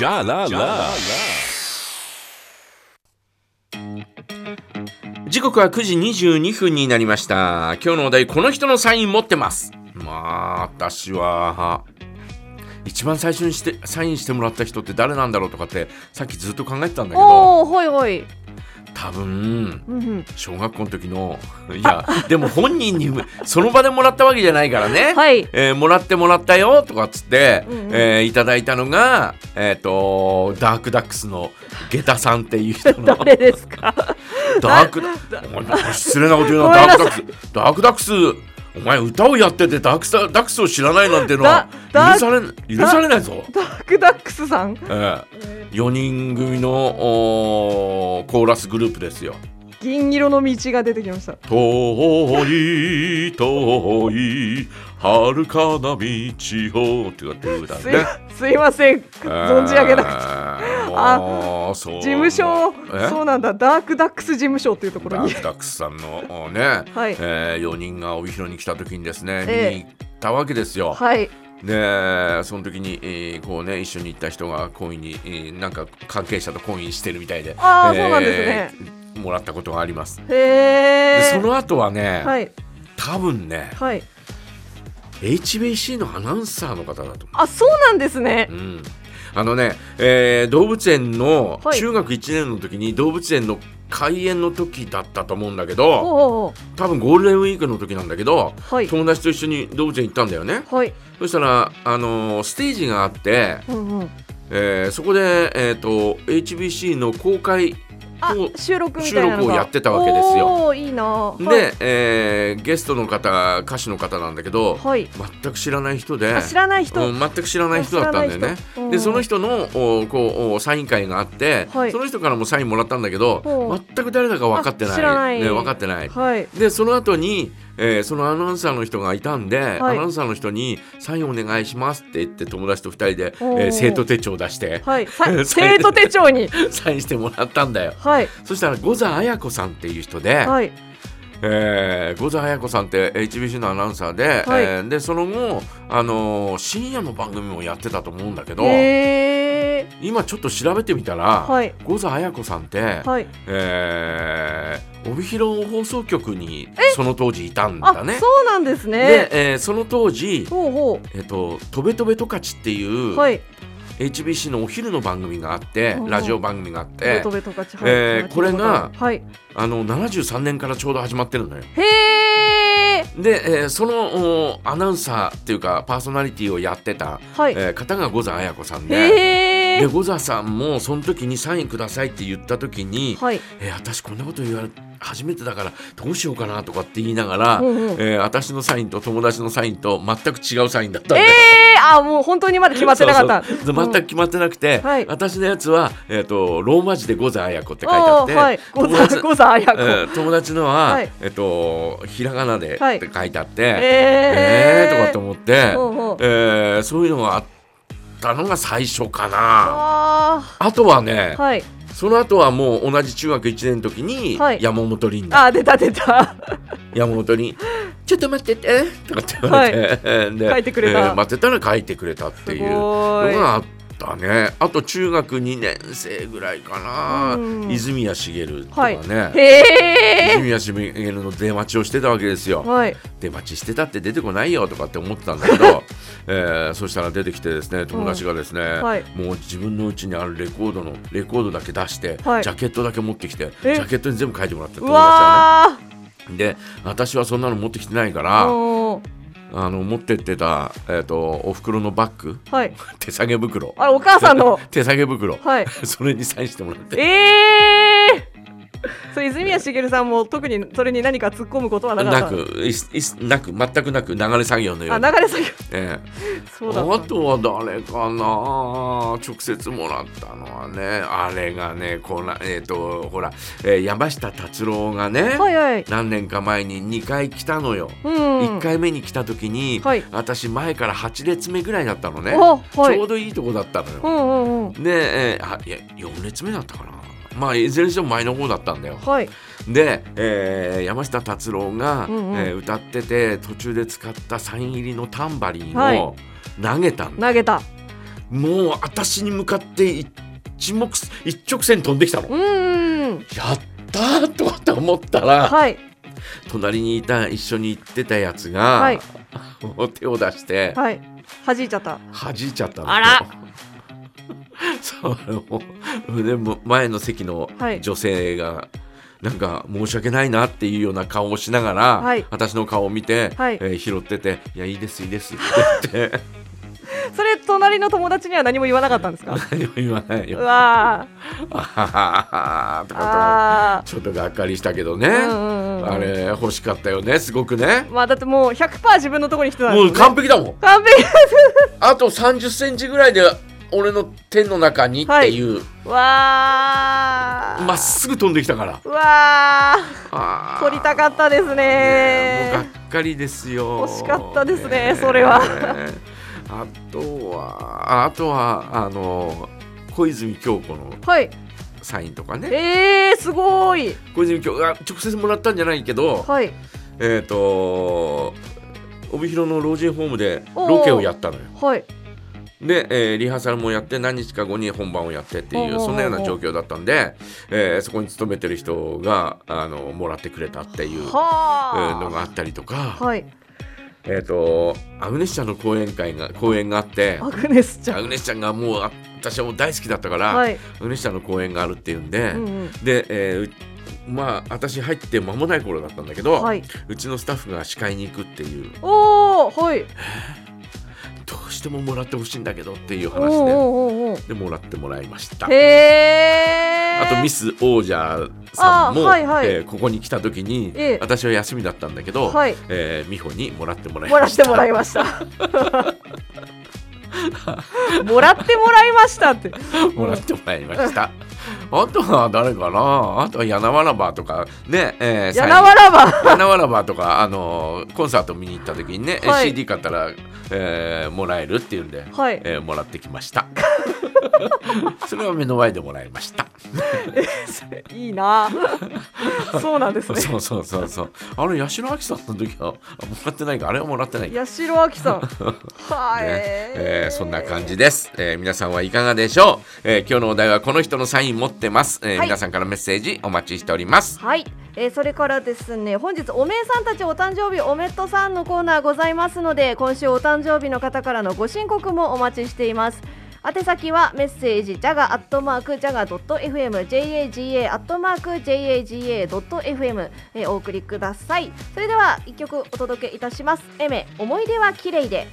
Ja la la. 時刻は9時22分になりました今日のお題この人のサイン持ってますまあ私は一番最初にしてサインしてもらった人って誰なんだろうとかってさっきずっと考えてたんだけどおおはいはい、多分うんうん、小学校の時のいやでも本人にその場でもらったわけじゃないからね、はいえーもらってもらったよとかっつって、うんうんえーいただいたのが、えー、とダークダックスの下駄さんっていう人の誰ですかダークダお前失礼なこと言うなダークダックスダークダックスお前歌をやっててダークダダックスを知らないなんてのはダ許されん許されないぞ、 ダークダックスさんええ、4人組のおーコーラスグループですよ銀色の道が出てきました遠い遠い遥かな道をってやってる歌すいねすいません存じ上げなくててあもうそう事務所えそうなんだダークダックス事務所っていうところダにークダックスさんのね、はいえー、4人が帯広に来た時にですね、ええ見に行ったわけですよ。はいでその時に、えーこうね一緒に行った人が婚姻に、えーなんか関係者と婚姻してるみたいで、あーそうなんですねもらったことがあります。へでえその後はね、はい多分ねはい HBC のアナウンサーの方だと思う。あそうなんですねうん、あのね、えー動物園のはい中学1年の時に動物園の開園の時だったと思うんだけどおうおう多分ゴールデンウィークの時なんだけどはい友達と一緒に動物園行ったんだよねはいそしたら、あのーステージがあって、うんうんえーそこで、えー、と HBC の公開あを収録みたいなのが収録をやってたわけですよおーいいなあで、えーゲストの方歌手の方なんだけど、はい、はい全く知らない人であ知らない人、うん、全く知らない人だったんだよね知らない。人うんでその人のおこうおサイン会があって、はいその人からもサインもらったんだけどほう全く誰だか分かってないあ知らないね、分かってない。はいでその後に、えーそのアナウンサーの人がいたんで、はいアナウンサーの人に「サインお願いします」って言って友達と2人で、えおーー生徒手帳を出して、 はいさ最生徒手 帳にサインしてもらったんだよ。はいそしたら五座綾子さんっていう人で、はいえー、五座綾子さんって HBC のアナウンサーで、はいえーでその後、あのー深夜の番組もやってたと思うんだけど、へえ今ちょっと調べてみたら、はい五座綾子さんって、はいえー帯広放送局にその当時いたんあ、だね。そうなんですねで、えーその当時ほうほ「えっととべとべトカチ」っていううはい HBC のお昼の番組があって、うんラジオ番組があって、乙部十勝はいえー聞いたとあるこれがはいあの73年からちょうど始まってるのよ。へえで、えーそのおアナウンサーっていうかパーソナリティをやってた、はいえー方が五座綾子さんで。へでえ五座さんもその時にサインくださいって言った時に、はいえー私こんなこと言われ初めてだからどうしようかなとかって言いながら、うんうんえー私のサインと友達のサインと全く違うサインだったんえで、えあもう本当にまだ決まってなかったそうそう全く決まってなくて、うんはい私のやつは、えー、とローマ字で「五座綾子」って書いてあおっーて、はいご友達ざござあやこうん友達のは、はいえっとひらがなではいって書いてあって、ええー、とかってっ思って、ほうほうえーそういうのがあったのが最初かな。ああとはね、ーはいその後はもう同じ中学1年の時に、はい山本リンダあー出た出た山本に「ちょっと待ってて」とかって言われて、 で書いてくれたえー待ってたら書いてくれたっていうすのごいがあったねあと中学2年生ぐらいかな、うん泉谷茂とかはいね、へえ泉谷茂の出待ちをしてたわけですよ。はい出待ちしてたって出てこないよとかって思ってたんだけ ど、えーそしたら出てきてですね友達がですね、はいもう自分の家にあるレコードのレコードだけ出して、はいジャケットだけ持ってきてジえャケットに全部書いてもらってうわで私はそんなの持ってきてないかーら、おーあの持ってってた、えー、とお袋のバッグ はい手提げ袋あれお母さんの 手提げ袋、はいそれにサインしてもらってええー、そう泉谷しげるさんも特にそれに何か突っ込むことはなかっなたくいすいすなく全くなく流れ作業のよあうに。流れ作業ええそうだあとは誰かな直接もらったのはねあれがねこなえっ、とほら、えー山下達郎がね、はいはい何年か前に2回来たのよ。うん1回目に来た時に、はい私前から8列目ぐらいだったのね、おはいちょうどいいとこだったのうよ、んうんうんで、えーあいや4列目だったかなまあいずれにしても前の方だったんだよはいで、えー山下達郎が、うんうんえー歌ってて途中で使ったサイン入りのタンバリンはを投げたんだ、投げたもう私に向かって一目一直線飛んできたの、うんうんうん。やったーとかって思ったら、はい。隣にいた一緒に行ってたやつが、はい 手を出してはい。弾いちゃった。弾いちゃったのあら そうあのでも前の席のはい女性が、なんか申し訳ないなっていうような顔をしながら、はい私の顔を見て、はいえー拾ってて「いやいいですいいです」って言ってそれ隣の友達には何も言わなかった んですか。何も言わないうよ。わあはははとかあ。ああ。とちょっとがっかりしたけどね、うんうんうん。あ。れ欲しかったよねすごくね。まあだってもう100%自分のところに来てたんでもうすよね完璧だもん完璧。あと3 0ンチぐらいで俺の手の中にっていうわあ。ま、っすぐ飛んできたからうわあ。あー取りたかったですねえもうがねっかりですよ惜しかったですねそれはねえあとはあとはあの小泉京子のはいサインとかねえー、すごい小泉京子が直接もらったんじゃないけどはいえっ、と帯広の老人ホームでおーロケをやったのよはいで、えーリハーサルもやって何日か後に本番をやってっていおうおうおううそんなような状況だったんで、えーそこに勤めてる人があのもらってくれたっていう、えーのはがあったりとあか、はいえー、とアグネスちゃんの講演会が講演があってアグネスちゃアんグネスちゃんがもうあ私はもう大好きだったから、はいアグネスちゃんの講演があるっていうんで、うんうんで、えーうまあ私入って間もない頃だったんだけど、はいうちのスタッフが司会に行くっていうおおはいどうしてももらってほしいんだけどっていうおーおー話で。おーおでもらってもらいましたーへーあとミスス王者さんも、あはいはいえーここに来た時に、ええ私は休みだったんだけど、はいえー美穂にもらってもらいもらまっしてたもらいました もらってもらいましたってもらってもらいましたあとは誰かなあとは柳原バーとかねえーやなわらば最後柳原バーとか、あのーコンサート見に行った時にね、はい CD 買ったら、えーもらえるっていうんで、はいえーもらってきましたそれは目の前でもらいましたいいなそうなんです ねそうそうそうそうあれ八代亜紀さんの時はあもらってないかあれはもらってないか八代亜紀さ んはい、ねえーそんな感じです、えー皆さんはいかがでしょう、えー今日のお題はこの人のサイン持ってます、えーはい皆さんからメッセージお待ちしておりますはい、えー、それからですね本日おめえさんたちお誕生日おめっとさんのコーナーございますので今週お誕生日の方からのご申告もお待ちしています宛先はメッセージジャガアットマークジャガドット FM JAGA アットマーク JAGA ドット FM えーお送りくださいそれでは一曲お届けいたしますエメ思い出は綺麗で